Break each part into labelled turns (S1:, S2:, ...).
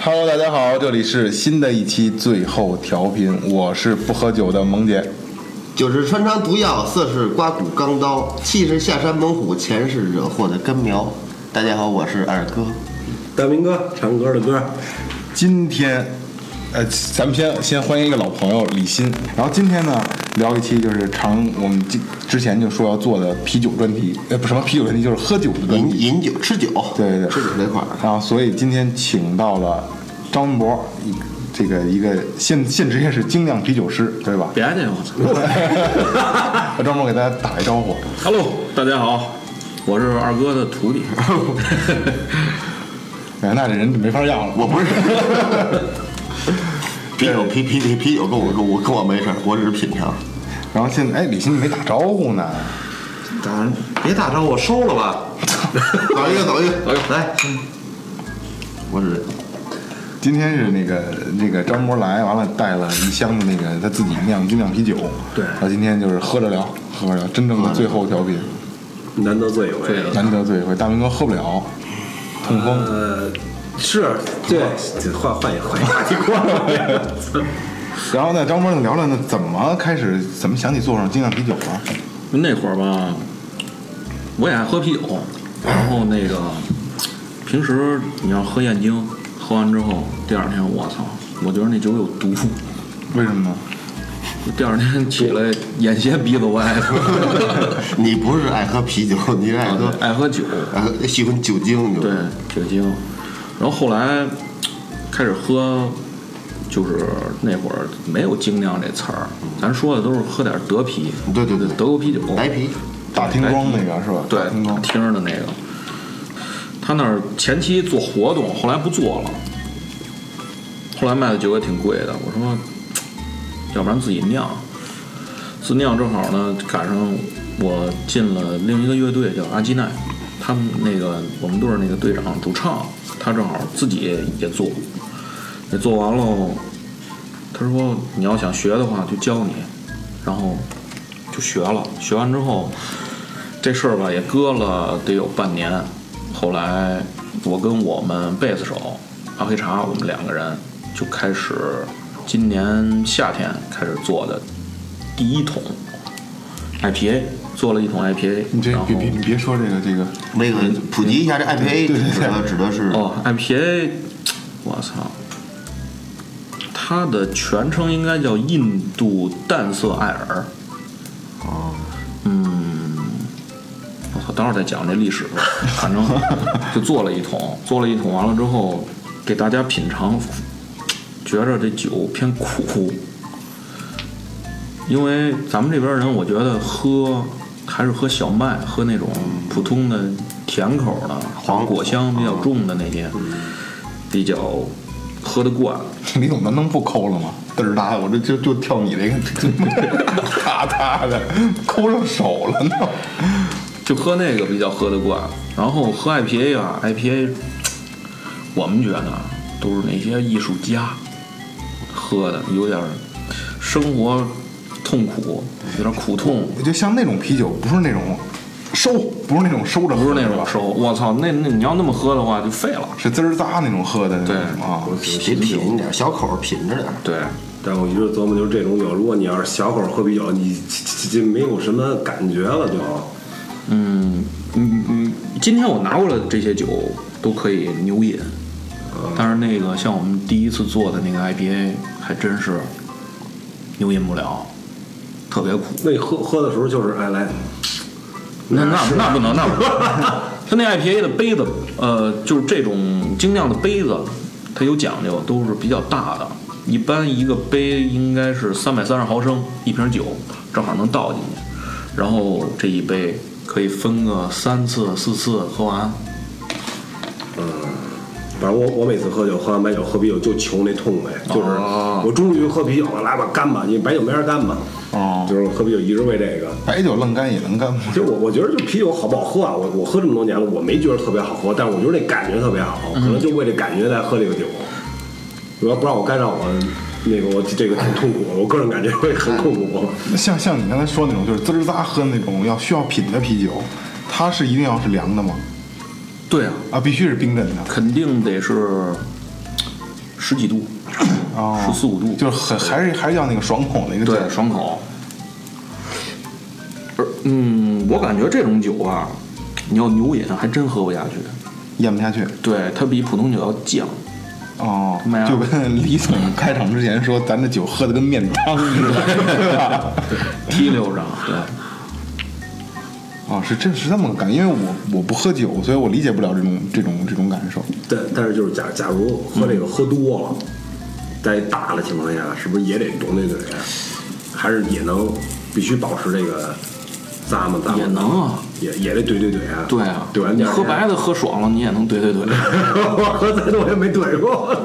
S1: Hello，大家好，这里是新的一期最后调频，我是不喝酒的萌姐。
S2: 酒是穿肠毒药，色是刮骨钢刀，气是下山猛虎，钱是惹祸的根苗。大家好，我是二哥。
S3: 大明哥唱歌的歌，
S1: 今天，呃，咱们先先欢迎一个老朋友李欣。然后今天呢，聊一期就是常我们之之前就说要做的啤酒专题，呃，不什么啤酒专题，就是喝酒的专
S2: 饮
S1: 题。
S2: 饮酒吃酒，
S1: 对对对
S2: 吃酒这块儿，
S1: 然后所以今天请到了张文博，一这个一个现现职业是精酿啤酒师，对吧？
S4: 别介，我操
S1: 我专门给大家打一招呼。
S4: ！Hello，大家好，我是二哥的徒弟。
S1: 哎，那这人就没法要了。
S2: 我 不是。啤酒啤啤啤啤酒跟我跟我跟我没事儿，我只是品尝。
S1: 然后现在，哎，李欣你没打招呼呢。
S3: 打别打招呼，我收了吧。
S2: 走一个走一个，
S3: 来，
S2: 我只
S1: 今天是那个那个张博来，完了带了一箱子那个他自己酿精酿啤酒。
S4: 对
S1: 然后今天就是喝着聊，喝着聊，真正的最后调频，
S3: 难得醉一回。
S1: 难得醉一回。大明哥喝不了，痛 风。
S3: 呃，是对，换换一换一 话题过来。
S1: 然后呢，张博就聊聊呢，怎么开始，怎么想起做上精酿啤酒了？
S4: 那会儿吧，我也爱喝啤酒，然后那个平时你要喝燕京，喝完之后第二天我操，我觉得那酒有毒，
S1: 为什么呢？
S4: 第二天起来眼斜鼻子歪，
S2: 你不是爱喝啤酒，你是爱
S3: 啊
S2: 喝
S4: 爱喝酒，
S2: 爱喝喜欢酒精，你
S4: 对酒精。然后后来开始喝，就是那会儿没有精酿这词儿，咱说的都是喝点儿德啤，
S2: 对对对
S4: 德国啤酒，
S2: 白啤。
S1: 大厅装那个是吧？
S4: 对
S1: 大厅装。
S4: 听着的那个，他那儿前期做活动，后来不做了，后来卖的酒也挺贵的。我说，要不然自己酿，自酿正好呢，赶上我进了另一个乐队叫阿基奈，他们那个我们队儿那个队长主唱，他正好自己也做，也做完喽。他说你要想学的话就教你，然后就学了，学完之后。这事儿吧也搁了得有半年，后来我跟我们贝斯手阿黑茶，我们两个人就开始今年夏天开始做的第一桶 IPA，做了一桶 IPA，
S1: 你这
S4: 然后
S1: 别别你别说这个这个，
S2: 那个
S4: 嗯
S2: 普及一下，这 IPA 指的指的是
S4: 哦 IPA，我操，它的全称应该叫印度淡色艾尔。嗯我操，等会儿再讲这历史吧。反正就做了一桶，做了一桶完了之后，给大家品尝，觉着这酒偏苦，因为咱们这边人，我觉得喝还是喝小麦，喝那种普通的甜口的嗯黄果香比较重的那些，比较喝得惯。
S1: 李总难能不抠了吗？嘚儿大，我这就就跳你这个， 咔嚓的抠上手了呢。
S4: 就喝那个比较喝得惯，然后喝 IPA 啊，IPA，我们觉得啊都是那些艺术家喝的，有点儿生活痛苦，有点苦痛，
S1: 我觉得像那种啤酒，不是那种收，不是那种收着喝，
S4: 不是那种收。我操，那那你要那么喝的话就废了。
S1: 是滋儿咂那种喝的那种
S4: 对
S1: 啊。
S2: 得品点，小口儿品着点儿。
S4: 对，
S3: 但我一直琢磨，就是这种酒，如果你要是小口喝啤酒，你这没有什么感觉了就。
S4: 嗯嗯嗯，今天我拿过来的这些酒都可以牛饮，但是那个像我们第一次做的那个 IPA 还真是牛饮不了，特别苦。
S3: 那你喝喝的时候就是哎来，
S4: 那那那不能，那 不能。它那 IPA 的杯子，呃，就是这种精酿的杯子，它有讲究，都是比较大的。一般一个杯应该是三百三十毫升，一瓶酒正好能倒进去。然后这一杯可以分个三次、四次喝完。
S3: 反正我我每次喝酒，喝完白酒喝啤酒就求那痛快，就是
S4: 哦
S3: 我终于喝啤酒了，来吧干吧，你白酒没法干吧，
S1: 哦，
S3: 就是喝啤酒一直为这个。
S1: 白酒愣干也能干吗？
S3: 其实我我觉得就啤酒好不好喝啊，我我喝这么多年了，我没觉得特别好喝，但是我觉得那感觉特别好，
S4: 嗯
S3: 可能就为这感觉在喝这个酒。如果不让我干，让我那个我这个挺痛苦，我个人感觉会很痛苦。
S4: 嗯
S1: 像像你刚才说那种，就是滋儿咂喝那种要需要品的啤酒，它是一定要是凉的吗？
S4: 对啊，
S1: 啊，必须是冰镇的。
S4: 肯定得是十几度，
S1: 哦
S4: 十四五度，
S1: 就是很还是还是要那个爽口那个劲
S4: 对
S1: 儿，
S4: 爽口。而嗯，我感觉这种酒吧，你要牛饮还真喝不下去。
S1: 咽不下去。
S4: 对，它比普通酒要犟。
S1: 哦
S4: 没，有
S1: 就跟 李总开场之前说，咱这酒喝的跟面汤似的， 对吧？
S4: 提溜着，对，
S1: 哦，是这是这么个感觉，因为我我不喝酒，所以我理解不了这种这种这种感受。
S3: 但但是就是假假如喝这个喝多了，在大的情况下，是不是也得懂那嘴？还是也能必须保持这个咂摸咂摸？
S4: 也能啊，
S3: 也也得怼怼怼啊。
S4: 对啊，
S3: 怼完
S4: 你
S3: 第二
S4: 喝
S3: 天
S4: 白，的喝爽了，你也能怼怼 怼。
S3: 我喝再多我也没怼过。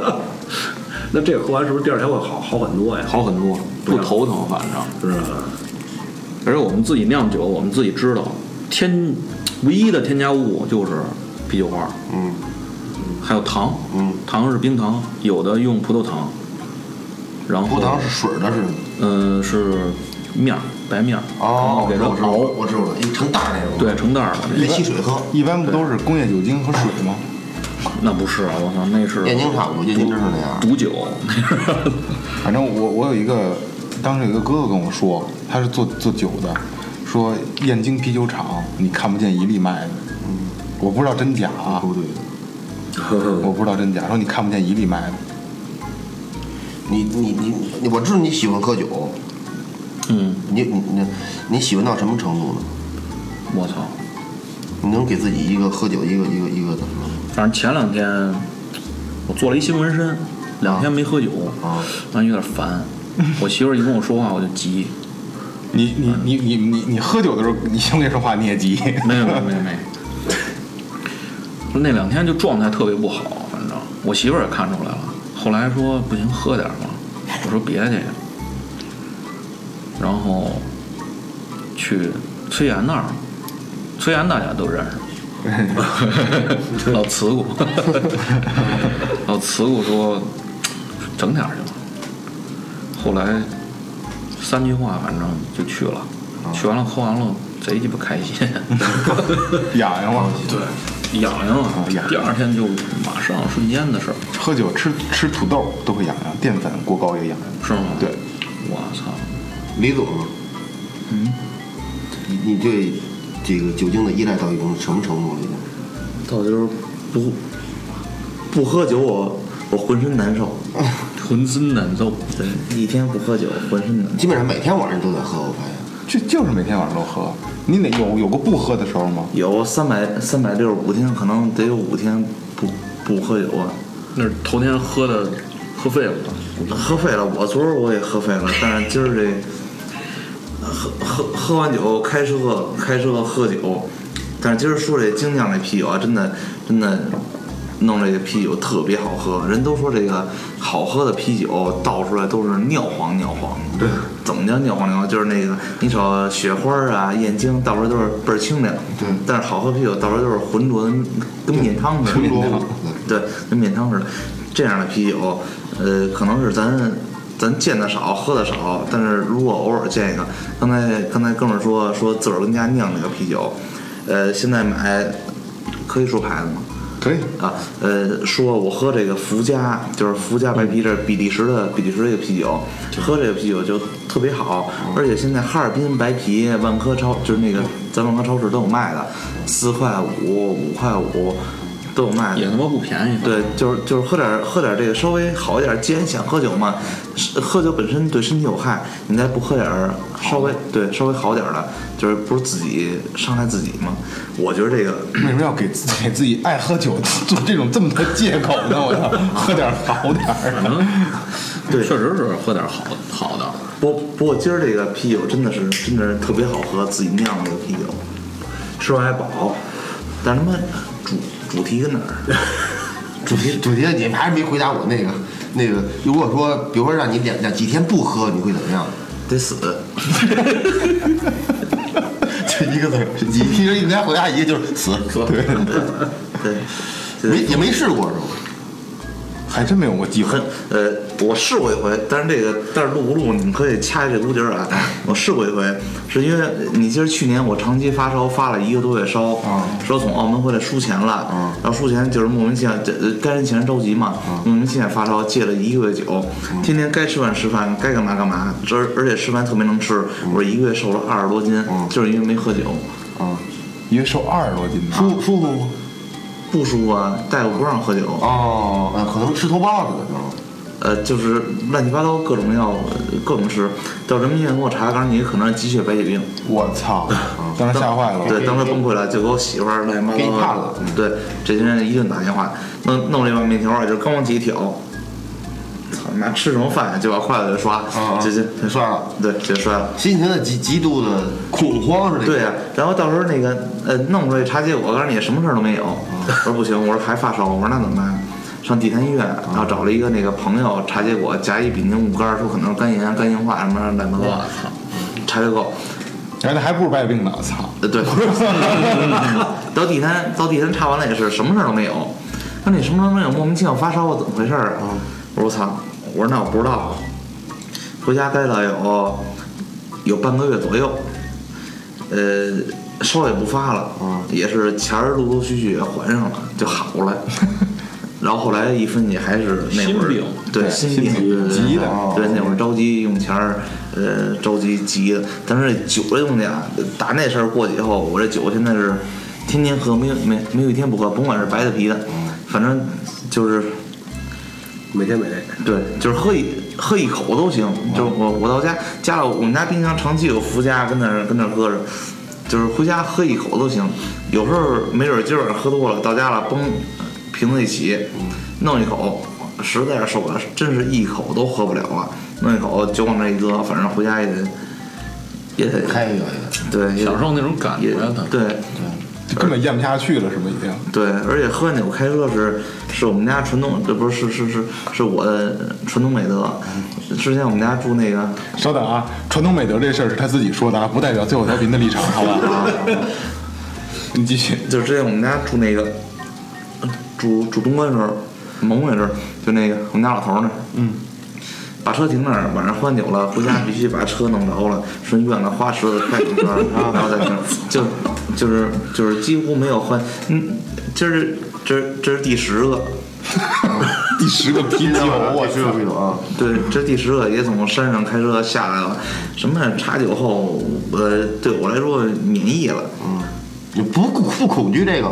S3: 那这个喝完是不是第二天会好好很多呀？
S4: 好很多，不头疼，反正。
S3: 是啊吧？
S4: 而且我们自己酿酒，我们自己知道，添唯一的添加物就是啤酒花，嗯，还有糖，嗯，糖是冰糖，有的用葡萄糖，然后
S2: 葡萄糖是水儿的是吗？
S4: 呃是面儿白面儿，然后给它
S2: 我知道，
S4: 哦熬，
S2: 我知道了，一成大那种，，
S4: 对，成袋儿的那
S2: 来汽水喝，
S1: 一般不都是工业酒精和水吗？
S4: 那不是啊，我操，那是
S2: 燕京厂子，燕京就是那样。
S4: 毒酒， 那是
S1: 反正我我有一个，当时有一个哥哥跟我说，他是做做酒的，说燕京啤酒厂你看不见一粒麦子，我不知道真假啊，
S2: 嗯不对的，
S1: 我不知道真假，说你看不见一粒麦子，
S2: 你你你你，我知道你喜欢喝酒，
S4: 嗯，
S2: 你你你你喜欢到什么程度呢？
S4: 我操，
S2: 你能给自己一个喝酒一个一个一个怎么着？
S4: 反正前两天我做了一新纹身，两天没喝酒，
S2: 啊，
S4: 完有点 烦。我媳妇儿一跟我说话我就急，
S1: 你你
S2: 嗯
S1: 你你你你喝酒的时候你兄弟说话你也 急，
S4: 没有没有没有没有。那两天就状态特别不好，反正我媳妇儿也看出来了。后来说不行，喝点儿吧。我说别去，然后去崔岩那儿，崔岩大家都认识，老慈姑，老慈姑说整点儿去吧。后来三句话，反正就去了，去完了喝完了，贼鸡巴开心。
S1: 痒痒吗？
S4: 对，痒痒啊
S1: 哦痒
S4: 第二天就马上瞬间的事儿，
S1: 喝酒吃吃土豆都会痒痒，淀粉过高也痒痒。
S4: 是吗？
S1: 对，
S4: 我操，
S2: 李总，嗯，你你对这个酒精的依赖到一种什么程度了？已经？
S5: 到就是不不喝酒我我浑身难受，
S4: 浑身难受。
S5: 对，一天不喝酒浑身难受。
S2: 基本上每天晚上都在喝，我发现。
S1: 就就是每天晚上都喝，你哪有有过不喝的时候吗？
S5: 有三百三百六十五天，可能得有五天不不喝酒啊。
S4: 那是头天喝的，喝废了。
S5: 喝废了，我昨儿我也喝废了，但是今儿这喝喝喝完酒开车开车喝酒，但是今儿说这精酿这啤酒啊，真的真的弄这个啤酒特别好喝，人都说这个好喝的啤酒倒出来都是尿黄尿黄。对，怎么叫尿黄尿黄？就是那个你瞅雪花啊、燕京倒出来都是倍儿清凉。对，但是好喝啤酒倒出来都是浑浊的，跟面汤似的。
S1: 浑浊
S5: 对，跟面汤似的。这样的啤酒，呃，可能是咱咱见的少，喝的少，但是如果偶尔见一个，刚才刚才哥们儿说说自个儿跟家酿这个啤酒，呃，现在买可以说牌子吗？
S1: 可以，
S5: 啊，呃，说我喝这个福佳，就是福佳白啤，这是比利时的比利时这个啤酒，喝这个啤酒就特别好，而且现在哈尔滨白啤万科超就是那个咱万科超市都有卖的，四块五、五块五都有卖的
S4: 也。他妈不便宜，，
S5: 对，就是就是喝点儿喝点儿这个稍微好一点儿。既然想喝酒嘛，是喝酒本身对身体有害，你再不喝点儿稍微对稍微好点儿的，就是不是自己伤害自己嘛？我觉得这个
S1: 为什么要给自给自己爱喝酒 做这种这么多借口呢？我操，喝点儿好点儿的。
S5: 对
S4: 确实是喝点好好的。
S5: 不不过今儿这个啤酒真的是真的是特别好喝，自己酿的这个啤酒，
S3: 吃完还饱，
S5: 但是他妈主主题跟哪儿？
S2: 主题主题，你们还是没回答我那个那个。如果说，比如说让你两两几天不喝，你会怎么 样？
S5: 得死。
S2: 就一个字儿，你其实应该回答一个就是死，
S5: 对，
S2: 没也没试过是吧？
S1: 还真没有过机会
S5: 很。呃，我试过一回，但是这个但是录不录，你们可以掐这估节儿啊。我试过一回，是因为你记得去年我长期发烧，发了一个多月烧，
S1: 啊
S5: 说从澳门回来输钱了，
S1: 啊
S5: 然后输钱就是莫名其妙，这呃该人钱着急嘛，莫名其妙发烧，戒了一个月
S1: 啊
S5: 酒，天天该吃饭吃饭，该干嘛干嘛，这而而且吃饭特别能吃，我一个月瘦了二十多斤，就是因为没喝酒，
S1: 啊，因为瘦二十多斤呢。
S2: 舒舒服吗？
S5: 不舒服啊，大夫不让喝酒，
S1: 哦，
S2: 啊，可能吃头孢子的时候。
S5: 呃，就是乱七八糟各种药，呃各种吃。到人民医院给我查，告诉你可能是急血白血病，
S1: 我操！当时吓坏了。
S5: 对，当时崩溃了，就给我媳妇儿乱七八糟
S2: 给你判
S5: 的
S2: 了
S5: 对，这些人一顿打电话，弄弄这碗面条啊，就刚往几挑，操你妈吃什么饭呀、就把筷子给刷，
S2: 啊
S5: 就就
S2: 就摔了，
S5: 对，就摔了。
S2: 心情的极极度的恐慌是这个。
S5: 对呀、然后到时候那个呃弄出来查结果，告诉你什么事儿都没有。我说不行，我说还发烧，我说那怎么办？上地坛医院，然后找了一个那个朋友查结果，甲乙丙丁戊肝，说可能是肝炎、肝硬化什么乱七八糟。查结果，
S1: 哎，那还不如白血病呢！操，
S5: 呃对， 到地坛到地坛查完了也是什么事儿都没有。那你什么都没有，莫名其妙发烧，怎么回事儿啊？我说操，我说那我不知道。回家待了有有半个月左右，呃，烧也不发了，啊也是前儿陆陆续续也还上了，就好了。 然后后来一分析还是那会
S4: 心
S5: 儿
S4: 病
S5: 对
S1: 对
S5: 心
S1: 心
S5: 病
S1: 病
S5: 对对对
S1: 急的
S5: 对那会儿着急用钱儿，呃着急急的。但是这酒这东西啊，打那事儿过去以后，我这酒现在是天天喝，没有没没有一天不喝，甭管是白的啤的，反正就是
S3: 每天每天。
S5: 对，就是喝一喝一口都行。就是我我到家家了，我们家冰箱长期有伏加，跟那儿跟那儿搁着，就是回家喝一口都行。有时候没准儿今儿晚上喝多了，到家了崩瓶子一起，弄一口，实在是受不了，真是一口都喝不了了，弄一口酒往那一搁，反正回家也得也得
S2: 开一个，
S5: 对，也得
S4: 享受那种感
S5: 也
S4: 觉的。
S5: 对。
S1: 就根本咽不下去了，是吗？已经。
S5: 对，而且喝完酒开车是是我们家传统，这不是是是是是我的传统美德。之前我们家住那个
S1: 稍等啊，传统美德这事儿是他自己说的啊，不代表最后调频的立场，好吧？ 你继续。
S5: 就是之前我们家住那个住住东关的时候，蒙古那阵儿，就那个我们家老头儿那儿，嗯，把车停那儿，晚上喝完酒了，回家必须把车弄着了，顺院子花池子开两圈儿，然后再停，就就是就是几乎没有换，嗯，今儿这这这是第十个，
S1: 第十个啤
S2: 今
S1: 酒
S2: 天，晚上
S1: 我
S2: 我去
S1: 操！
S2: 这种啊，
S5: 对，这第十个也从山上开车下来了，什么茶酒后，呃，对我来说免疫了，
S2: 嗯你不恐不恐惧这个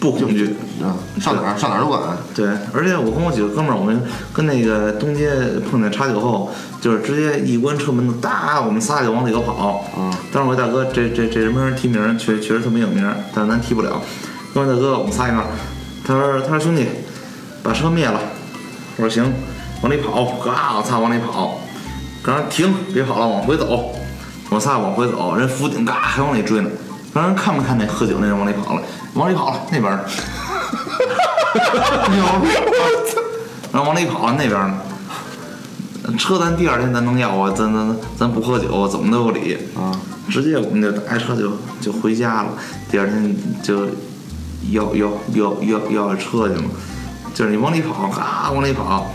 S5: 不恐惧。
S2: 啊？上哪儿上哪儿都管。
S5: 对，而且我跟我几个哥们儿，我们跟那个东街碰见茶酒后，就是直接一关车门，哒，我们仨就往里头跑。嗯，当时我大哥，这这这没人提名儿，确确实特别有名儿，但是咱提不了。跟我大哥，我们仨一块儿，他说他说兄弟，把车灭了。我说行，往里跑，嘎，我操，往里跑。刚说停，别跑了，往回走。我仨往回走，人福鼎嘎还往里追呢。让人看没看那喝酒那人往里跑了，往里跑了那边儿呢。牛然后往里跑，那边呢。车咱第二天咱能要啊，咱咱咱咱不喝酒，怎么都有理啊。直接我们就打开车就就回家了，第二天就要要要要要车去嘛，就是你往里跑，啊往里跑，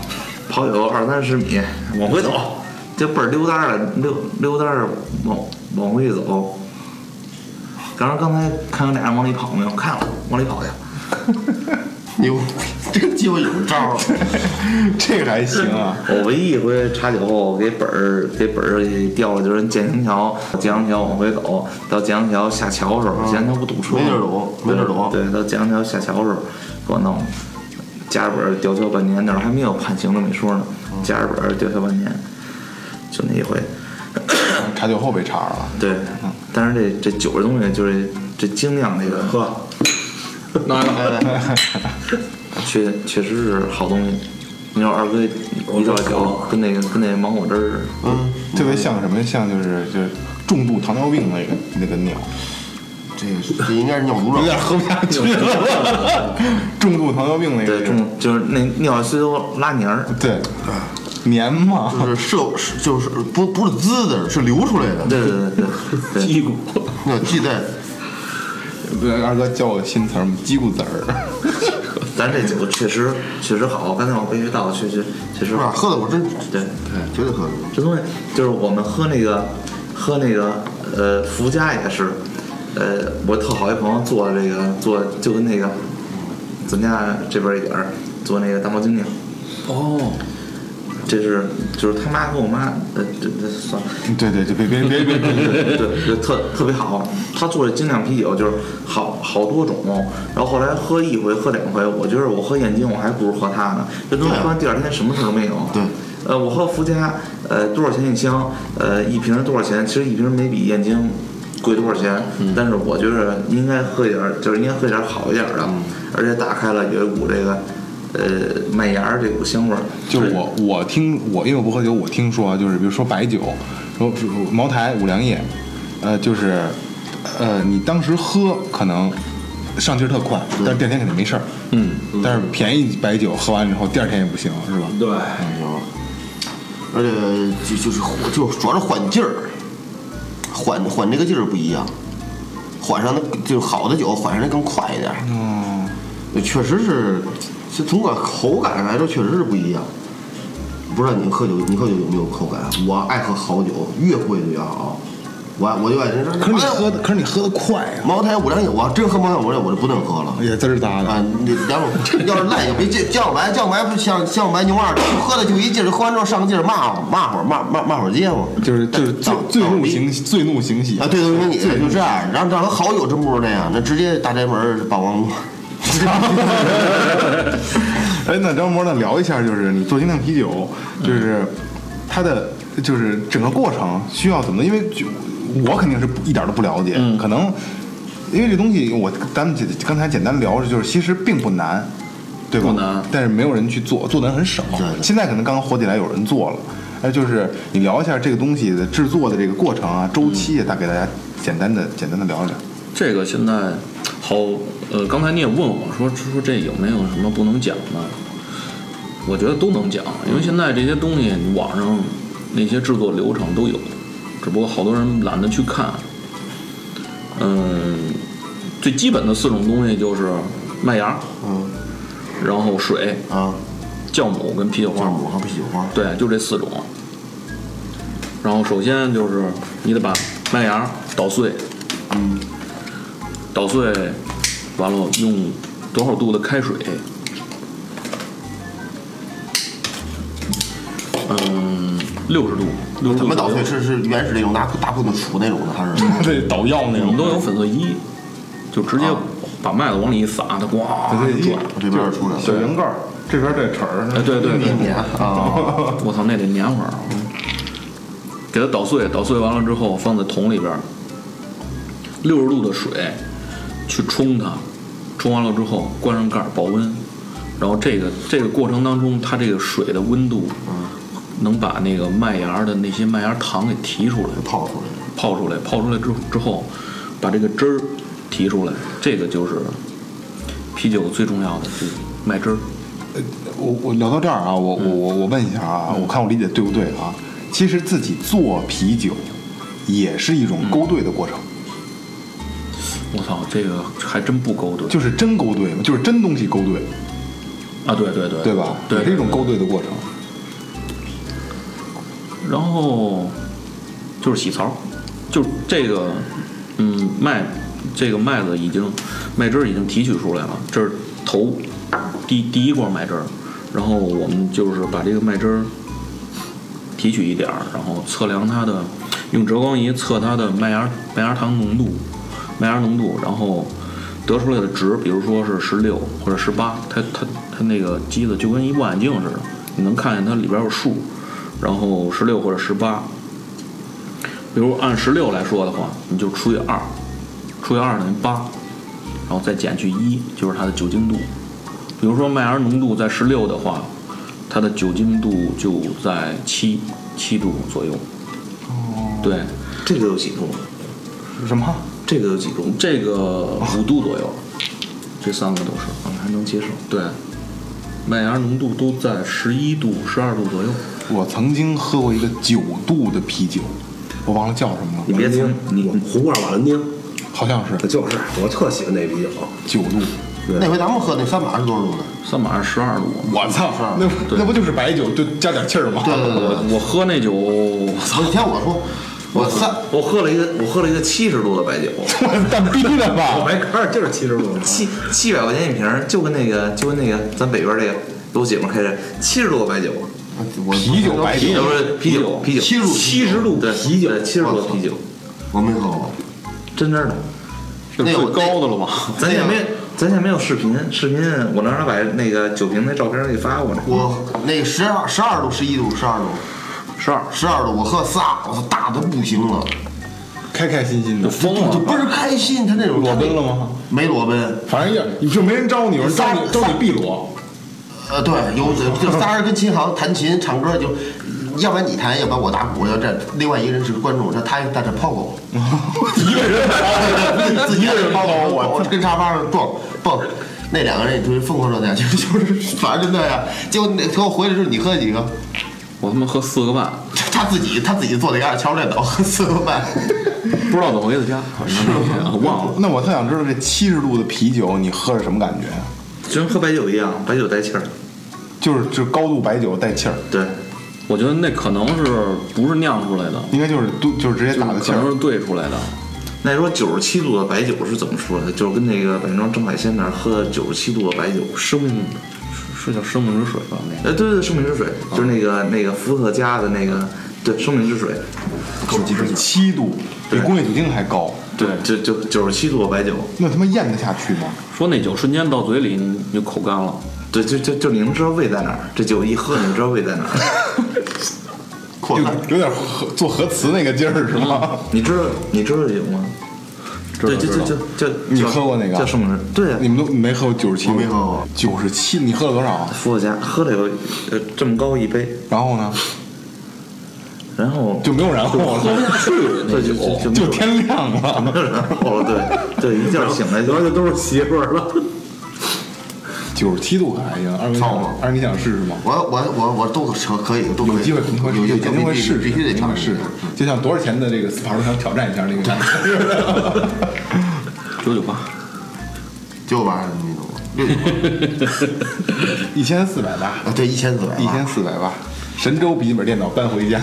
S5: 跑有二三十米，往回走，就倍儿溜达儿了，溜溜达儿往往回走。刚刚才看有俩人往里跑没有？看了，往里跑去。
S2: 牛， 这个机会有招儿。啊
S1: 这个还行啊。
S5: 我唯一一回查酒后给本儿给本儿给掉了，就是建行桥，建行桥往回走，到建行桥下桥的时候，建行桥不堵车
S2: 啊
S5: 吗，
S2: 没地儿堵没地儿堵
S5: 对，对到建行桥下桥的时候，给我弄了，加着本儿吊销半年，那时候还没有判刑这么一说呢，
S2: 啊
S5: 加着本儿吊销半年，就那一回。
S1: 查酒后被查了，
S5: 对，但是这这酒这东西就是这精酿这个
S3: 喝，
S4: 那
S5: 确确实是好东西。你说二哥一到酒跟那个跟那芒果汁儿，
S2: 嗯，
S1: 特别像什么？像就是就是重度糖尿病那个那个鸟，
S2: 这个是这应该是尿毒症。
S1: 喝不下去了。 重度糖尿病那个
S5: 对，中就是那尿虽多拉泥儿，
S1: 对黏嘛，
S2: 就是射，是就是不不是滋的，是流出来的。
S5: 对对对对对，
S4: 屁股
S2: 那记得
S1: 对，二哥教我新词儿，鸡骨子儿。
S5: 咱这酒确实确实好，刚才我背一道，确实确实
S2: 是吧？
S5: 好。
S2: 喝的我真
S5: 对，
S2: 绝对喝的。
S5: 这东西就是我们喝那个喝那个呃福佳也是，呃，我特好一朋友做这个做就跟那个咱家这边一点儿做那个大毛精酿，
S4: 哦，
S5: 这是就是他妈跟我妈呃这这算了。
S1: 对对对，别别别别别，
S5: 对，就特特别好。他做的精酿啤酒就是好好多种，然后后来喝一回喝两回，我觉得我喝燕京我还不如喝它呢。这东西喝完第二天什么事儿都没有。
S2: 对，
S5: 呃，我喝福佳，呃，多少钱一箱？呃，一瓶多少钱？其实一瓶没比燕京贵多少钱，但是我觉得应该喝一点儿，就是应该喝一点儿好一点儿的，而且打开了有一股这个。呃，麦芽儿这股香味儿，
S1: 就是我我听我因为我不喝酒，我听说啊就是比如说白酒，说说茅台、五粮液，呃，就是呃，你当时喝可能上劲儿特快，但是第二天肯定没事儿。嗯，但是便宜白酒喝完之后，第二天也不行，是吧？
S3: 对，
S2: 而且就就是就是主要是缓劲儿，缓缓这个劲儿不一样，缓上的就是好的酒缓上的更快一点。
S1: 嗯，
S2: 确实是，是从个口感上来说，确实是不一样。不知道你们喝酒，你喝酒有没有口感？啊我爱喝好酒，越贵的越好。我我就爱人说，
S1: 可是你
S2: 哎呀
S1: 喝的，可是你喝的快呀、
S2: 茅台五粮液，我要真喝茅台五粮液，我就不能喝了。
S1: 也滋儿哒的。
S2: 啊，你两种，要是烂酒，别酱酱白，酱白不像酱白牛二，喝的就一劲儿，喝完之后上劲儿，骂我骂会儿骂骂骂会儿街坊。
S1: 就是就是醉
S2: 倒
S1: 醉
S2: 倒
S1: 怒
S2: 闭
S1: 行醉怒行喜
S2: 啊， 对对对，你就这样，然后让他好友真不是那样，那直接大宅门儿霸王路。
S1: 哎，那张博呢？聊一下，就是你做精酿啤酒，就是它的就是整个过程需要怎么？因为就我肯定是不一点儿都不了解，可能因为这东西我咱们简刚才简单聊着，就是其实并不难，对吧？
S4: 不难
S1: 但是没有人去做，做的人很少。
S2: 对
S1: 现在可能刚火起来，有人做了。哎，就是你聊一下这个东西的制作的这个过程啊、周期啊，大概给大家简单的、简单的聊一聊。
S4: 这个现在好，呃，刚才你也问我说说这有没有什么不能讲的？我觉得都能讲，因为现在这些东西网上那些制作流程都有，只不过好多人懒得去看。嗯，最基本的四种东西就是麦芽，
S2: 嗯
S4: 然后水、
S2: 啊，
S4: 酵母跟啤酒花
S2: 酵。母和啤酒花，
S4: 对，就这四种。然后首先就是你得把麦芽捣碎，嗯，捣碎完了用多少度的开水，嗯，六十度，六
S2: 怎
S4: 十度
S2: 么捣
S4: 左
S2: 碎？
S4: 右？
S2: 是是原始那种拿大棍子杵那种的，还是？
S1: 对，捣药那
S4: 我们都有粉碎机，就直接把麦子往里一撒，它咣
S1: 粉碎机
S4: 转。
S2: 这边儿出来
S1: 小
S2: 了，
S1: 圆盖儿，这边儿这齿儿，
S4: 哎，对对
S1: 嗯
S4: 对，
S2: 啊，
S4: 我操，那得粘会儿，啊给它捣碎，捣碎完了之后放在桶里边儿，六十度的水去冲它，冲完了之后关上盖儿保温，然后这个这个过程当中，它这个水的温度能把那个麦芽的那些麦芽糖给提出来，
S2: 泡出来，
S4: 泡出来，泡出来之之后，把这个汁儿提出来，这个就是啤酒最重要的就是麦汁儿。
S1: 我我聊到这儿啊，我我我我问一下啊，我看我理解对不对啊？其实自己做啤酒也是一种勾兑的过程，
S4: 我操，这个还真不勾兑。
S1: 就是真勾兑嘛，就是真东西勾兑，
S4: 啊，对对对，
S1: 对吧？
S4: 对，
S1: 也是一种勾兑的过程。
S4: 然后就是洗槽，就是这个，嗯，麦这个麦子已经麦汁儿已经提取出来了，这是头第第一罐麦汁儿，然后我们就是把这个麦汁儿提取一点儿，然后测量它的，用折光仪测它的麦芽麦芽糖浓度，麦芽浓度，然后得出来的值，比如说是十六或者十八，它它它那个机子就跟一望远镜似的，你能看见它里边有数，然后十六或者十八，比如按十六来说的话，你就除以二，除以二等于八，然后再减去一，就是它的酒精度。比如说麦芽浓度在十六的话，它的酒精度就在七七度左右。对，
S5: 这个有几度？
S1: 什么？
S5: 这个有几度？
S4: 这个五度左右，这三个都是。
S5: 我们还能接受。
S4: 对，麦芽浓度都在十一度、十二度左右。
S1: 我曾经喝过一个九度的啤酒，我忘了叫什么
S5: 你
S1: 了，
S5: 别听
S3: 丁，
S5: 你
S3: 我红罐瓦伦丁，
S1: 好像是
S3: 就是我特喜欢那啤酒，
S1: 九度。
S2: 那回咱们喝那三把是多少度的？
S4: 三百十二度。
S1: 我操，那不那不就是白酒，就加点气儿吗？
S2: 对对 对对，
S4: 我喝那酒，我操，
S2: 你听我说，我三
S5: 我喝了一个，我喝了一个七十度的白酒，
S1: 但逼的
S3: 我
S1: 吧？
S3: 哦白开始就是七十度，
S5: 七七百块钱一瓶儿，就跟那个就跟那个咱北边儿这个有姐们儿开的七十度的白酒，
S2: 我
S1: 啤酒白
S5: 要
S1: 酒，
S5: 不是啤酒啤酒
S2: 七十度
S5: 七十度对啤酒七十度的啤酒，
S2: 我没喝过，
S5: 真真的，
S4: 这是
S2: 那
S4: 最
S2: 我
S4: 高的了吧？
S5: 咱也没咱也没有视频，视频我让他把那个酒瓶那照片儿给发过来，
S2: 我那十二十二度、十一度、十二度、
S4: 十二，
S2: 十二度，我喝仨，我操，大的不行了，
S1: 开开心心的。
S4: 疯
S2: 就
S4: 了！
S2: 倍儿开心。他那种
S1: 裸奔了吗？
S2: 没裸奔，
S1: 反正也就没人招你，有人招你招你 B 裸，
S2: 呃，对，有就仨人跟琴行弹琴唱歌，就要不然你弹，要不然我打鼓，要这另外一个人是观众，这他在这抛狗，
S1: 哦一个人 哦
S2: 自己在这抛狗，我跟沙发上撞蹦。那两个人也就是疯狂状态，就是就是，反正就那样。结果那结果回来之后，你喝几个？
S4: 我他妈喝四个半，
S2: 他自己他自己坐在家里敲着 电脑，喝四个半。
S4: 不知道怎么回的家，反正那天我忘了。
S1: 那我特想知道这七十度的啤酒你喝着什么感觉？
S5: 就跟喝白酒一样，白酒带气儿，
S1: 就是就是高度白酒带气儿，
S5: 对，
S4: 我觉得那可能是不是酿出来的，
S1: 应该就是都就是直接打的气
S4: 可能
S1: 儿。
S4: 是兑出来的。
S5: 那说九十七度的白酒是怎么说的？就是跟那个百庄郑海鲜那儿喝九十七度的白酒。
S4: 生命是叫生命之水吧？那
S5: 呃，对对，对生命之水，就是那个那个伏特加的那个，对，生命之水，
S1: 七度，比工业酒精还高，
S5: 对，就就九十七度的白酒，
S1: 那他妈咽得下去吗？
S4: 说那酒瞬间到嘴里你就口干了，
S5: 对，就就就你能知道味在哪儿，这酒一喝你就知道味在哪儿，
S1: 就有点核做核磁那个劲儿是吗？
S5: 你知道你知道这酒吗？对，就就就就
S1: 你喝过那个
S5: 叫生命之，对啊
S1: 你，们都没喝过九十七？
S2: 我没喝过
S1: 九十七，你喝了多少啊？
S5: 伏特加喝了有呃这么高一杯，
S1: 然后呢？
S5: 然后
S1: 就没有然后了，
S5: 下去对，就就就没
S1: 就
S5: 有
S1: 天亮了。
S5: 没有然后了，哦对，对，一觉醒来
S3: 然
S5: 就
S3: 后就都是媳妇儿了。
S1: 九十七度还行，二哥
S2: 操吗
S1: 想，二哥你想试试吗？
S2: 我我我我都可可以，都可以
S1: 有机会肯定会
S2: 有
S1: 试，
S2: 有
S1: 肯定会
S2: 必须
S1: 试，
S2: 必须得
S1: 肯定
S2: 尝
S1: 会
S2: 试
S1: 试。。就像多少钱的这个斯帕鲁想挑战一下那个感觉。
S4: 九九八，
S2: 九百八十那种，六九八
S1: 一千四百八，
S2: 啊，对，一千四百，
S1: 一千，四百八，神州笔记本电脑搬回家。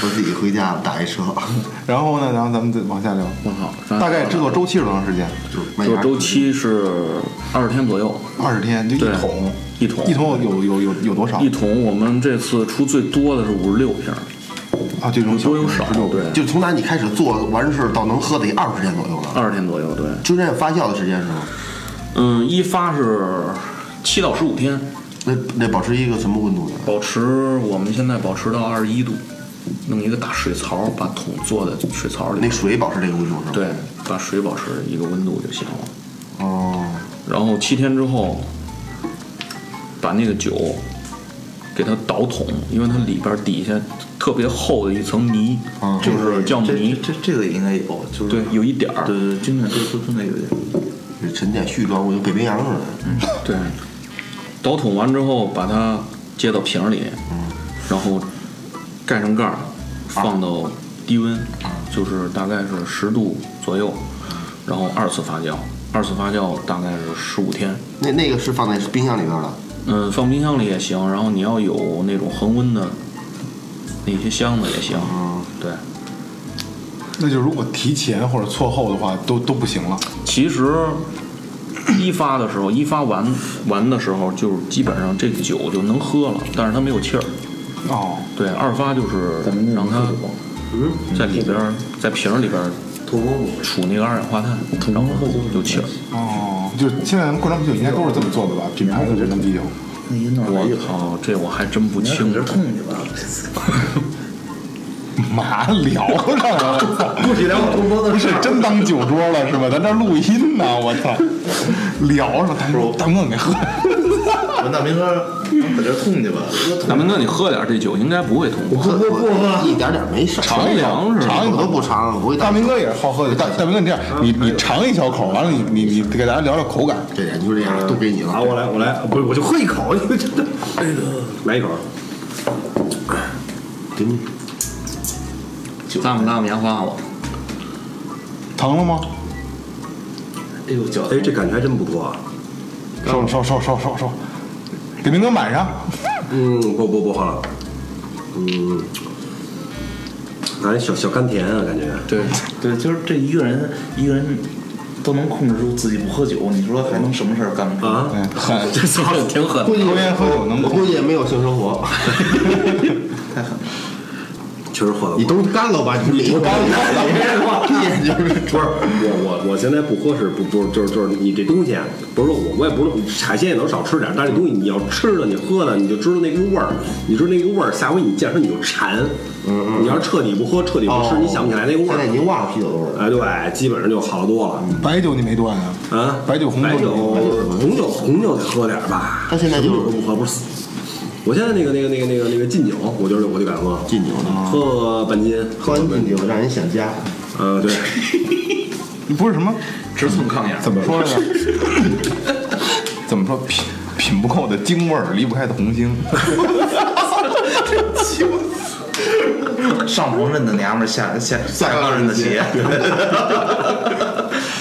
S2: 我自己回家打一车，
S1: 然后呢，然后咱们再往下聊。
S4: 我操！
S1: 大概制作周期是多长时间？
S2: 就
S4: 就是周期是二十天左右，
S1: 二十天，就一
S4: 对
S1: 桶，
S4: 一桶
S1: 一桶有有有有多少？
S4: 一桶我们这次出最多的是五十六瓶，
S1: 啊，这种小
S4: 多有少
S1: 十六
S4: 对
S1: 个人
S2: 就从打你开始做完事儿到能喝得二十天左右了，
S4: 二十天左右。对，
S2: 就这样发酵的时间是吗？
S4: 嗯，一发是七到十五天，
S2: 那那保持一个什么温度呢？
S4: 保持我们现在保持到二十一度，弄一个大水槽，把桶坐在水槽里
S2: 那，水保持这个温度是吗？，
S4: 对，把水保持一个温度就行了。
S2: 哦，
S4: 然后七天之后，把那个酒给它倒桶，因为它里边底下特别厚的一层泥，就是酵母
S5: 这
S4: 泥，
S5: 这嗯这个也应该有，就是
S4: 对，有一点儿，
S5: 对对，对君面对都都那有点。
S2: 这沉淀絮状物，跟北冰洋似的。
S4: 对，倒桶完之后把它接到瓶里，
S5: 嗯
S4: 然后盖上盖儿，放到低温，
S5: 嗯
S4: 就是大概是十度左右，然后二次发酵，二次发酵大概是十五天。
S2: 那那个是放在冰箱里边的，
S4: 嗯，放冰箱里也行，然后你要有那种恒温的那些箱子也行。啊对，
S1: 那就如果提前或者错后的话，都都不行了。
S4: 其实一发的时候，一发完完的时候，就是基本上这个酒就能喝了，但是它没有气儿。
S1: 哦，
S4: 对，二发就是让它在里边儿在瓶儿里边儿
S5: 土公主，
S4: 储那个二氧化碳，然后有气儿。
S1: 哦，就是现在咱们过场啤酒应该都是这么做的吧？品牌的这种啤酒，
S5: 那一弄
S4: 我靠，这我还真不清楚。
S5: 痛去吧。
S1: 嘛聊上了，我操！
S5: 不许聊我东坡的
S1: 不是真当酒桌了是吧？咱这儿录音呢，我操！聊上，大哥，大哥你没喝，
S5: 我那明哥，在这痛去吧。
S4: 大明哥，你喝点儿这酒应该不会痛吧？
S2: 不不一点点没事儿，
S4: 尝一尝是吧
S1: 尝一
S2: 我都
S1: 口。
S2: 不尝，我给
S1: 大明哥也是好喝酒，大大明哥你这样，你你尝一小口，完了你你你给大家聊聊口感。
S2: 这人就这样，都给你
S3: 啊，
S2: 了。
S3: 我来，我来，不是，我就喝一口， 因为真的，哎呦来一口。
S4: 咂吧咂吧牙花子，
S1: 疼了吗？
S5: 哎呦脚
S3: 哎，这感觉还真不错。
S1: 收收收收收收，给明哥买上。
S3: 嗯，不不不，好了。嗯，哎，小小甘甜啊，感觉。
S4: 对，
S5: 对，就是这一个人一个人都能控制住自己不喝酒，你说还能什么事儿干不出来？
S3: 啊，
S1: 嗯，狠，
S4: 这操挺狠
S2: 估。计
S1: 抽烟喝酒能
S2: 我估计也没有性生活，
S3: 确实喝的。
S2: 你都干了吧？你你干了，你就是
S3: 不是我我我现在不喝是不不是就是就是你这东西啊，不是说我我也不是海鲜也能少吃点，但是这东西你要吃了你喝了你就知道那个味儿，你知道那个味儿，下回你见着你就馋。嗯嗯。你要是彻底不喝，彻底不吃，你想不起来那个味
S2: 哦现在已
S3: 儿。
S2: 经忘了啤酒多少。
S3: 哎，对，基本上就好多了。
S1: 白酒你没断啊？
S3: 啊，
S1: 白酒红酒
S3: 白酒
S1: 你没断
S3: 红酒红酒得喝点儿吧。
S2: 他现在就是
S3: 什么酒都不喝，不是死。我现在那个那个那个那个那个禁酒，我就是我就敢喝，
S2: 禁酒的吗？
S3: 喝半斤，
S2: 喝完禁酒让人想家，
S3: 呃对，
S1: 你不是什么
S4: 直蹭抗压，
S1: 怎么说来着？怎么说品品不够的京味儿，离不开的红星。
S5: 上棚认的娘们儿，下下下岗认的鞋。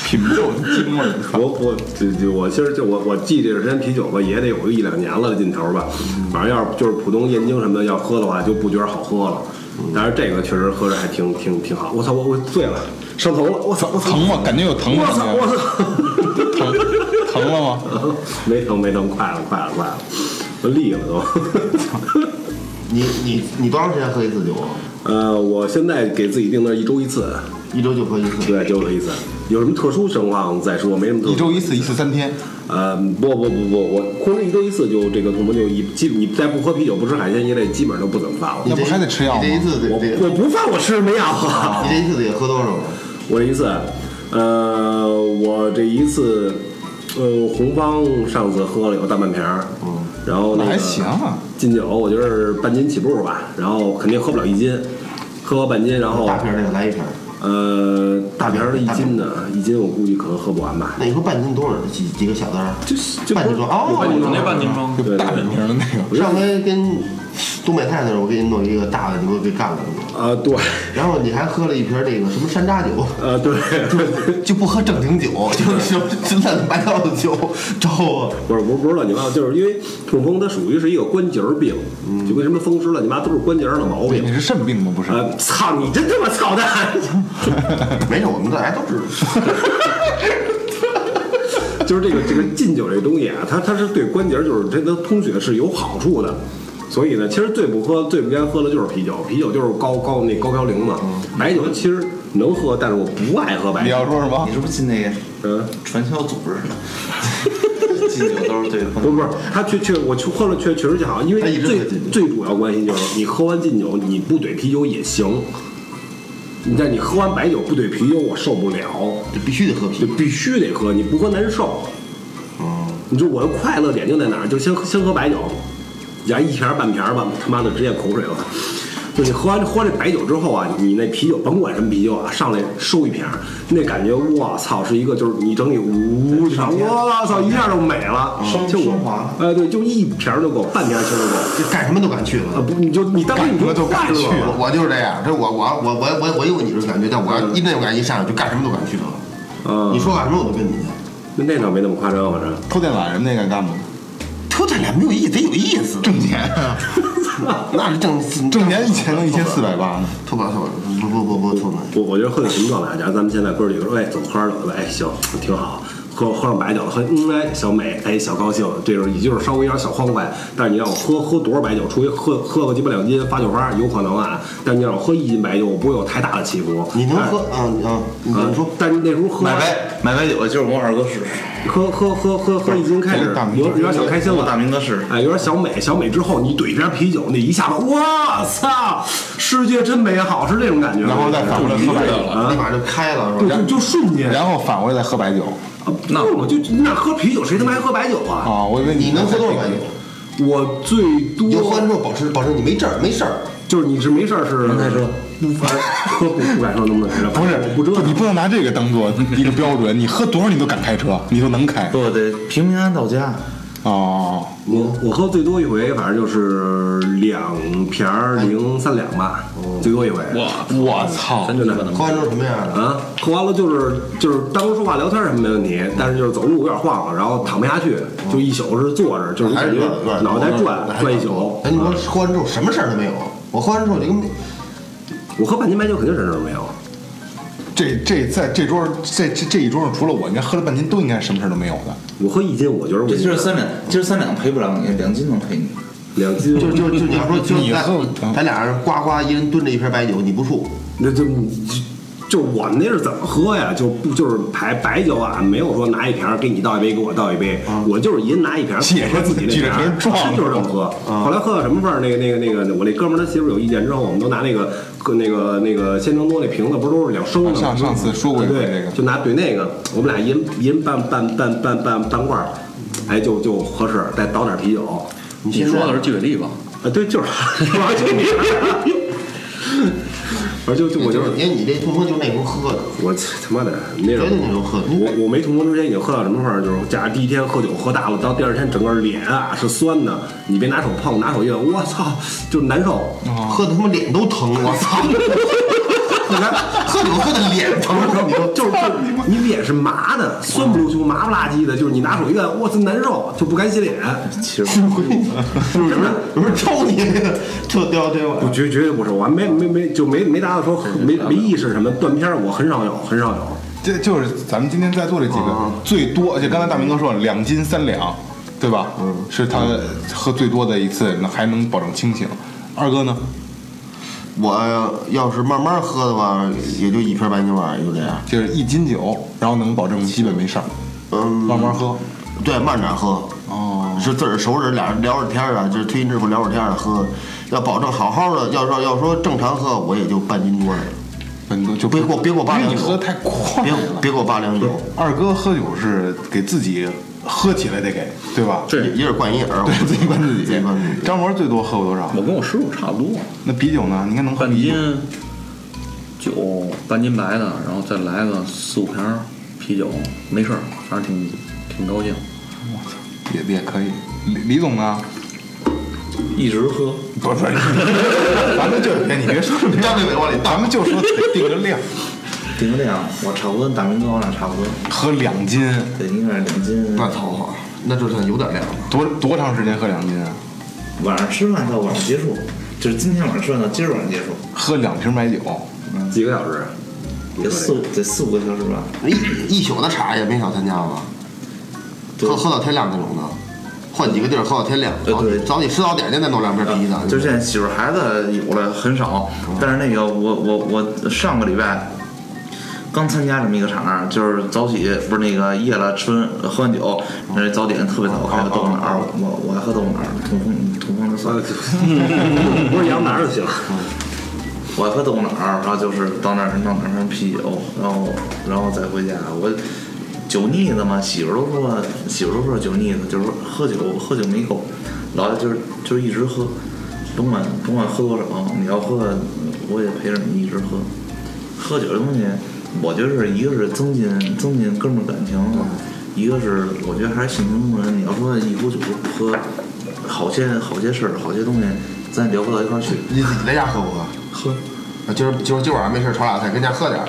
S1: 品不够的京味儿，
S3: 我我这这我其实就我我记这时间啤酒吧，也得有个一两年了，这劲头吧。
S1: 嗯
S3: 反正要是就是普通燕京什么的要喝的话，就不觉得好喝了。
S1: 嗯
S3: 但是这个确实喝着还挺挺挺好。我操，我我醉了，上头了，我操我操，
S1: 疼吗？感啊觉有疼
S3: 我
S1: 吗？
S3: 操我操，
S1: 疼疼了吗？
S3: 没疼没疼，快了快了快了，我立了都。
S2: 你你你多长时间喝一次酒啊？
S3: 呃，我现在给自己定的是一周一次，
S2: 一周就喝一次。
S3: 对，就这一次。有什么特殊情况再说，没什么特殊。
S1: 一周一次，一次三天。
S3: 呃，不不不不，我控制一周一次就这个痛风就一基，你再不喝啤酒不吃海鲜一类，基本上都不怎么犯了。
S1: 那不
S2: 这
S1: 还得吃药吗
S2: 你这一次得
S3: 我
S2: 得，
S3: 我不犯，我吃什么药啊？
S2: 你这一次得喝多少？
S3: 我这一次，呃，我这一次，呃，红方上次喝了有大半瓶儿，嗯，然后、那
S1: 那
S3: 个、
S1: 还行啊。
S3: 进酒我觉得是半斤起步吧，然后肯定喝不了一斤，喝半斤，然后
S2: 大瓶儿的来一瓶儿。
S3: 呃大瓶儿的一斤的，一斤我估计可能喝不完吧。
S2: 那你说半斤多少几几个小单儿？
S3: 就是就不
S2: 半
S3: 是
S2: 斤装哦
S3: 半斤
S4: 我
S3: 装
S4: 那半斤装，
S3: 对
S1: 就
S3: 对
S1: 大扁瓶的那个，
S2: 上回跟东北菜的时候，我给你弄一个大的，你给我给干了。
S3: 啊，对，
S2: 然后你还喝了一瓶那个什么山楂酒，
S3: 呃，对，
S2: 就不喝正经酒，就是就乱七八糟的酒，找我。
S3: 不是不是不是乱七八糟，就是因为痛风它属于是一个关节儿病，就跟什么风湿乱七八糟都是关节上的毛病
S1: 你。是肾病吗？不是，
S3: 呃，操你真他妈操蛋！
S2: 没事，我们大家都知道。
S3: 就是这个这个禁酒这东西啊，它它是对关节儿就是这个通血是有好处的。所以呢，其实最不喝、最不该喝的就是啤酒，啤酒就是高高那高嘌呤嘛。白酒其实能喝，但是我不爱喝白
S1: 你
S3: 酒。
S1: 要说什么
S5: 你？是不是进那个
S3: 嗯，
S5: 传销组 织？进酒都是对
S3: 不是
S5: 方。
S3: 不是，他确确我去喝了确确实好，因为
S2: 他一直
S3: 最
S2: 喝禁酒
S3: 最主要关系就是你喝完禁酒，你不怼啤酒也行。你但你喝完白酒不怼啤酒，我受不了，
S2: 这必须得喝啤
S3: 就
S2: 酒。
S3: 必须得喝，你不喝难受。
S5: 哦
S3: 你说我的快乐点就在哪儿？就先先喝白酒，然后一瓶儿半瓶儿吧，他妈的直接口水了。就你喝完喝这白酒之后啊，你那啤酒甭管什么啤酒啊，上来收一瓶儿，那感觉我操是一个就是你整体呜，我操一下就美了，
S5: 升
S3: 就我
S5: 升华了
S3: 哎对，就一瓶儿就够，半瓶儿其实就够。
S2: 干什么都敢去
S3: 啊
S2: 了。
S3: 不，你就你当时你就快乐
S2: 我
S3: 了
S2: 我就是这样，这我我我我我我有你这种感觉，但我要一那种感觉一上来就干什么都敢去了。
S1: 嗯
S3: 啊
S2: 你，说干什么我都跟你去。
S3: 那那倒没那么夸张，反正。
S1: 偷电缆什么那个干吗？
S2: 偷点俩没有意义，得有意思。
S1: 挣钱啊，
S2: 那是挣
S1: 挣钱一千能一千四百八呢。
S2: 偷不了，偷不了，不不不不偷不了。
S3: 我我觉得喝酒什么状态？假如咱们现在哥儿几个说，哎，走喝点酒吧，哎，行，挺好。喝喝上白酒了，喝嗯哎，小美，哎，小高兴，这种也就是稍微有点小欢快。但是你让我喝喝多少白酒，除非喝喝个鸡巴两斤发酒疯，有可能啊。但你让我喝一斤白酒，我不会有太大的起伏。哎
S2: 你能喝
S1: 哎
S2: 啊啊？你
S3: 但？啊
S2: 你说，
S3: 但是那时候喝
S5: 买白买白酒就是我二哥是，
S3: 喝喝喝喝喝一斤开始
S1: 大明，
S3: 有有点小开心
S5: 我
S3: 了。
S5: 大明哥是。
S3: 哎，有点小美，小美之后你怼一瓶啤酒，那一下子，我操，世界真美好，是这种感觉。
S1: 然后再反过来喝白酒
S3: 啊
S2: 立马就开了是
S3: 对
S2: 吧？
S3: 就就瞬间，
S1: 然后返回来喝白酒
S3: 那我就那喝啤酒，谁他妈还喝白酒啊？
S1: 啊！我以为
S2: 你能喝多少白酒？
S3: 嗯我最
S2: 你就喝完
S3: 多
S2: 之后保持保持你没事儿没事儿，
S3: 就是你是没事儿是能开车，不 喝不不敢说能不能开车，
S1: 不是，
S3: 不折腾
S1: 你不能拿这个当做一个标准。你喝多少你都敢开车，你都能开
S5: 不得平平安到家，
S1: 哦，
S3: 我我喝最多一回，反正就是两瓶儿零三两吧，最多一回。
S4: 我
S1: 我操
S4: 真！的可能
S2: 喝完之后什么样的？
S3: 啊，喝完了就是就是当时说话聊天什么没问题，但是就是走路有点晃了，然后躺不下去，就一宿是坐着，哦就是哦
S2: 还
S3: 感
S2: 是
S3: 觉
S2: 有点有点
S3: 脑袋转转一宿。
S2: 哎，你说喝完之后什么事儿都没有？我喝完之后就跟
S3: 我喝半斤白酒肯定什么事儿没有，
S1: 这这在这桌这这这一桌上，除了我，应该喝了半斤都应该什么事儿都没有的。
S3: 我喝一斤我觉得我
S5: 这今儿三两，今儿三两赔不了你，两斤能赔你。
S3: 两斤，
S2: 就就就你要说就
S1: 你
S2: 咱
S1: 喝
S2: 咱俩人呱呱一人蹲着一瓶白酒，你不怵？
S3: 那就就我们那是怎么喝呀？就不就是白白酒啊，没有说拿一瓶儿给你倒一杯，给我倒一杯，我就是一人拿一瓶儿，
S1: 也是
S3: 喝自己那
S1: 啊举
S3: 瓶
S1: 着
S3: 儿
S1: 瓶，撞啊
S3: 真就是这么喝。后来喝到什么份儿？那个那个那个，我那哥们儿他媳妇儿有意见之后，我们都拿那个个那个那个鲜橙多那瓶子，不是都是两升的吗？
S1: 啊上上次说过一回
S3: 对
S1: 这个
S3: 就拿对那个，我们俩一人一人半半半半半半罐儿，哎，就就合适，再倒点啤酒。
S4: 你说的是纪伟力吧？
S3: 啊，对，就是， 反正就就我就
S2: 就是是因为你这痛风就那时候喝的，
S3: 我操他妈的那
S2: 绝
S3: 种
S2: 对，那时候喝的。
S3: 我我没痛风之前已经喝到什么份儿，就是假如第一天喝酒喝大了，到第二天整个脸啊是酸的，你别拿手碰，拿手一摁，我操，就难受。
S2: 喝的他妈脸都疼，我操！喝酒喝的脸疼，你说
S3: 就是就是你脸是麻的，酸不溜秋，麻不拉几的，就是你拿手一摁，我操难受，就不敢洗脸。
S5: 其实
S2: 有人有人抽你那个特雕对
S3: 不
S2: 吧？
S3: 绝绝对不是，我还没没没就没没达到说没没意识什么断片儿，我很少有很少有。
S1: 这就是咱们今天在座这几个
S2: 嗯
S1: 最多，就刚才大明哥说了两斤三两，对吧？嗯，是他喝最多的一次，那还能保证清醒。二哥呢？
S2: 我要是慢慢喝的话，也就一瓶白酒碗就这样。
S1: 就是一斤酒，然后能保证基本没事儿，
S2: 嗯，
S1: 慢慢喝。
S2: 对，慢点喝。
S1: 哦，
S2: 是自个儿熟人，俩人聊着天儿啊，就是推心置腹聊着天儿喝。要保证好好的，要说要说正常喝，我也就半斤多了，
S1: 本多就
S2: 别给我别给我八
S1: 因为
S2: 两
S1: 你
S2: 酒
S1: 喝太快
S2: 别
S1: 了。
S2: 别给我八两酒，
S1: 二哥喝酒是给自己喝起来得给，对吧？
S4: 对
S2: 一人灌一耳，
S1: 对，自己灌自
S2: 自
S1: 己
S2: 己灌自己。。
S1: 张博最多喝过多少？
S4: 我跟我师傅差不多，
S1: 那啤酒呢？你应该能喝
S4: 半
S1: 啤酒
S4: 斤酒，半斤白的，然后再来个四五瓶儿啤酒，没事儿，反正挺挺高兴，
S1: 也也可以。李李总呢？
S4: 一直喝。
S1: 不是，咱们就哎你别说什么张伟往里，咱们就说得定个量，
S5: 顶个量，我差不多，大明哥我俩差不多，
S1: 喝两斤，
S5: 对，你俩两斤。
S3: 嗯
S2: 那凑合，那就算有点量了。
S1: 多多长时间喝两斤啊？
S5: 晚上吃饭到晚上结束，就是今天晚上吃饭到今儿晚上结束，
S1: 喝两瓶白酒，
S3: 几个小时？
S5: 得四五得四五个小时吧。
S2: 一一宿的茶也没少参加吧？
S5: 对
S2: 喝喝到天亮那种的，换几个地儿喝到天亮，
S5: 对
S2: 早
S5: 对
S2: 早起吃早点去再弄两瓶啤
S1: 啊
S2: 的。
S5: 就现在媳妇孩子有了很少，但是那个我我我上个礼拜刚参加这么一个场，就是早起不是那个夜了吃完喝完酒，那早点特别早开个豆腐脑儿，我我还喝豆腐脑儿，痛风痛风就算了，
S3: 不是羊哪儿就行。
S5: 我还喝豆腐脑儿，然后就是到那儿弄两瓶啤酒，然后然后再回家我。酒腻子嘛，媳妇儿都说，媳妇儿都说酒腻子，就是说喝酒喝酒没够，老就是就是一直喝，甭管甭管喝多少，你要喝，我也陪着你一直喝。喝酒这东西，我觉得是一个是增进增进哥们儿感情，一个是我觉得还是性情中人。你要说一壶酒不喝，好些好些事儿，好些东西，咱也聊不到一块儿去。
S2: 你自己在家喝不喝？
S5: 喝，
S2: 啊今儿今儿今晚上没事儿炒俩菜，跟家喝点儿。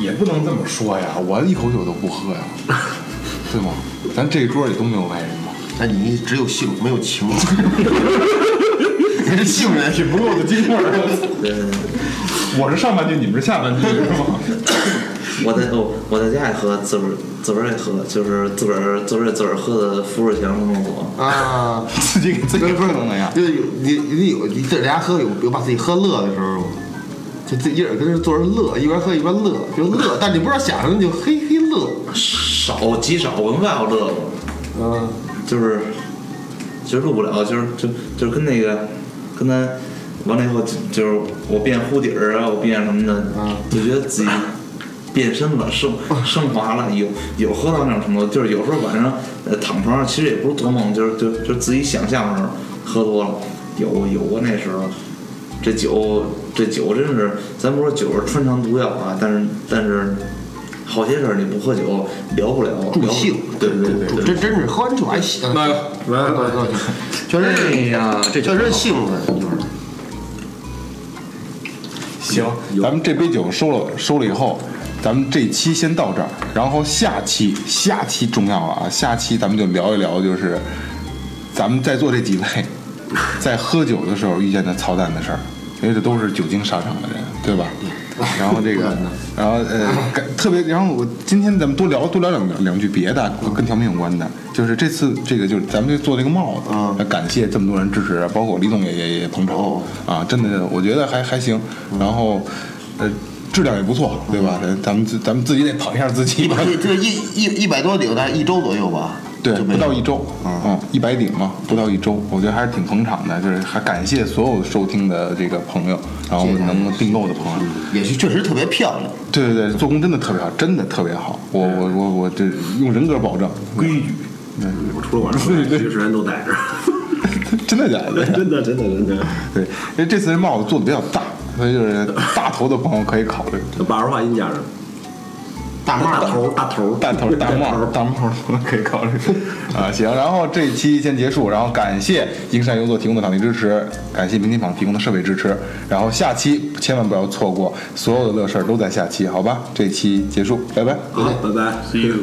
S1: 也不能这么说呀，我一口酒都不喝呀，对吗？咱这一桌里都没有外人吗？
S2: 那你只有性没有 情， 你是性人，
S1: 挺不够的劲儿，
S5: 对对对。
S1: 我是上半句，你们是下半句，是吗？
S5: 我在哦，我在家也喝，自个儿自个儿也喝，就是自个儿自个儿自个儿喝的伏尔强生龙果。
S2: 啊。
S1: 自己给自己喝能那样。
S2: 就是有你你有你在家喝有有把自己喝乐的时候吗？就自己一人跟那坐着乐，一边喝一边乐，就乐，但你不知道想什么，你就嘿嘿乐。
S5: 少极少，我们外头乐过，
S2: 嗯，
S5: 就是就是录不了，就是就就是跟那个跟咱完了以后就就是我变呼底儿啊，我变什么的，就觉得自己变身 了，升升华了，有有喝到那种程度，就是有时候晚上呃躺床上，其实也不是做梦，就是就就自己想象的时候喝多了，有有过那时候。这酒，这酒真是，咱不说酒是穿肠毒药啊，但是但是好些事儿你不喝酒聊不了，
S2: 助
S5: 聊不
S2: 兴，
S5: 对对对
S2: 助
S5: 对，
S2: 真真是喝完酒还兴，
S4: 那个
S2: 完了完了，确实
S5: 哎
S2: 是，
S5: 呀，
S2: 确
S5: 这就
S2: 实兴奋，就是
S1: 行，咱们这杯酒收了，收了以后，咱们这期先到这儿，然后下期下期重要了啊，下期咱们就聊一聊，就是咱们在座这 几位在喝酒的时候遇见的操蛋的事儿，因为这都是酒精沙场的人，对吧？然后这 个，然后呃，感特别，然后我今天咱们多聊多聊两两句别的，跟调频有关的，就是这次这个就是咱们就做这个帽子，
S2: 嗯
S1: 感谢这么多人支持，包括李总也也也捧场、
S2: 哦嗯
S1: 啊，真的我觉得还还行，然后呃质量也不错，对吧？咱咱们自咱们自己得捧一下自己
S2: 一
S1: 吧
S2: 百，这一一一百多顶，大概一周左右吧，
S1: 对，
S2: 就没
S1: 不到一
S2: 了
S1: 周，嗯，一百顶嘛，不到一周，我觉得还是挺捧场的，就是还感谢所有收听的这个朋友，然后
S2: 谢谢嗯大家
S1: 能够订购的朋友，
S2: 也是确实特别漂亮，
S1: 对对对，做工真的特别好，真的特别好，我
S2: 啊
S1: 我我我这用人格保证，
S3: 规矩。我除了晚上，其实时间都待着。
S1: 真的假的？
S3: 真的，真的，真的。
S1: 对，因为这次这帽子做的比较大，所以就是大头的朋友可以考虑。
S3: 把儿化音加上，
S2: 大帽
S3: 大
S2: 儿
S3: 头，大头，
S1: 大头大帽儿大帽儿可以考虑 啊。行，然后这期先结束，然后感谢英山优作提供的场地支持，感谢明天坊提供的设备支持，然后下期千万不要错过，所有的乐事儿都在下期，好吧？这期结束，拜拜。
S3: 好，拜拜。
S5: See you。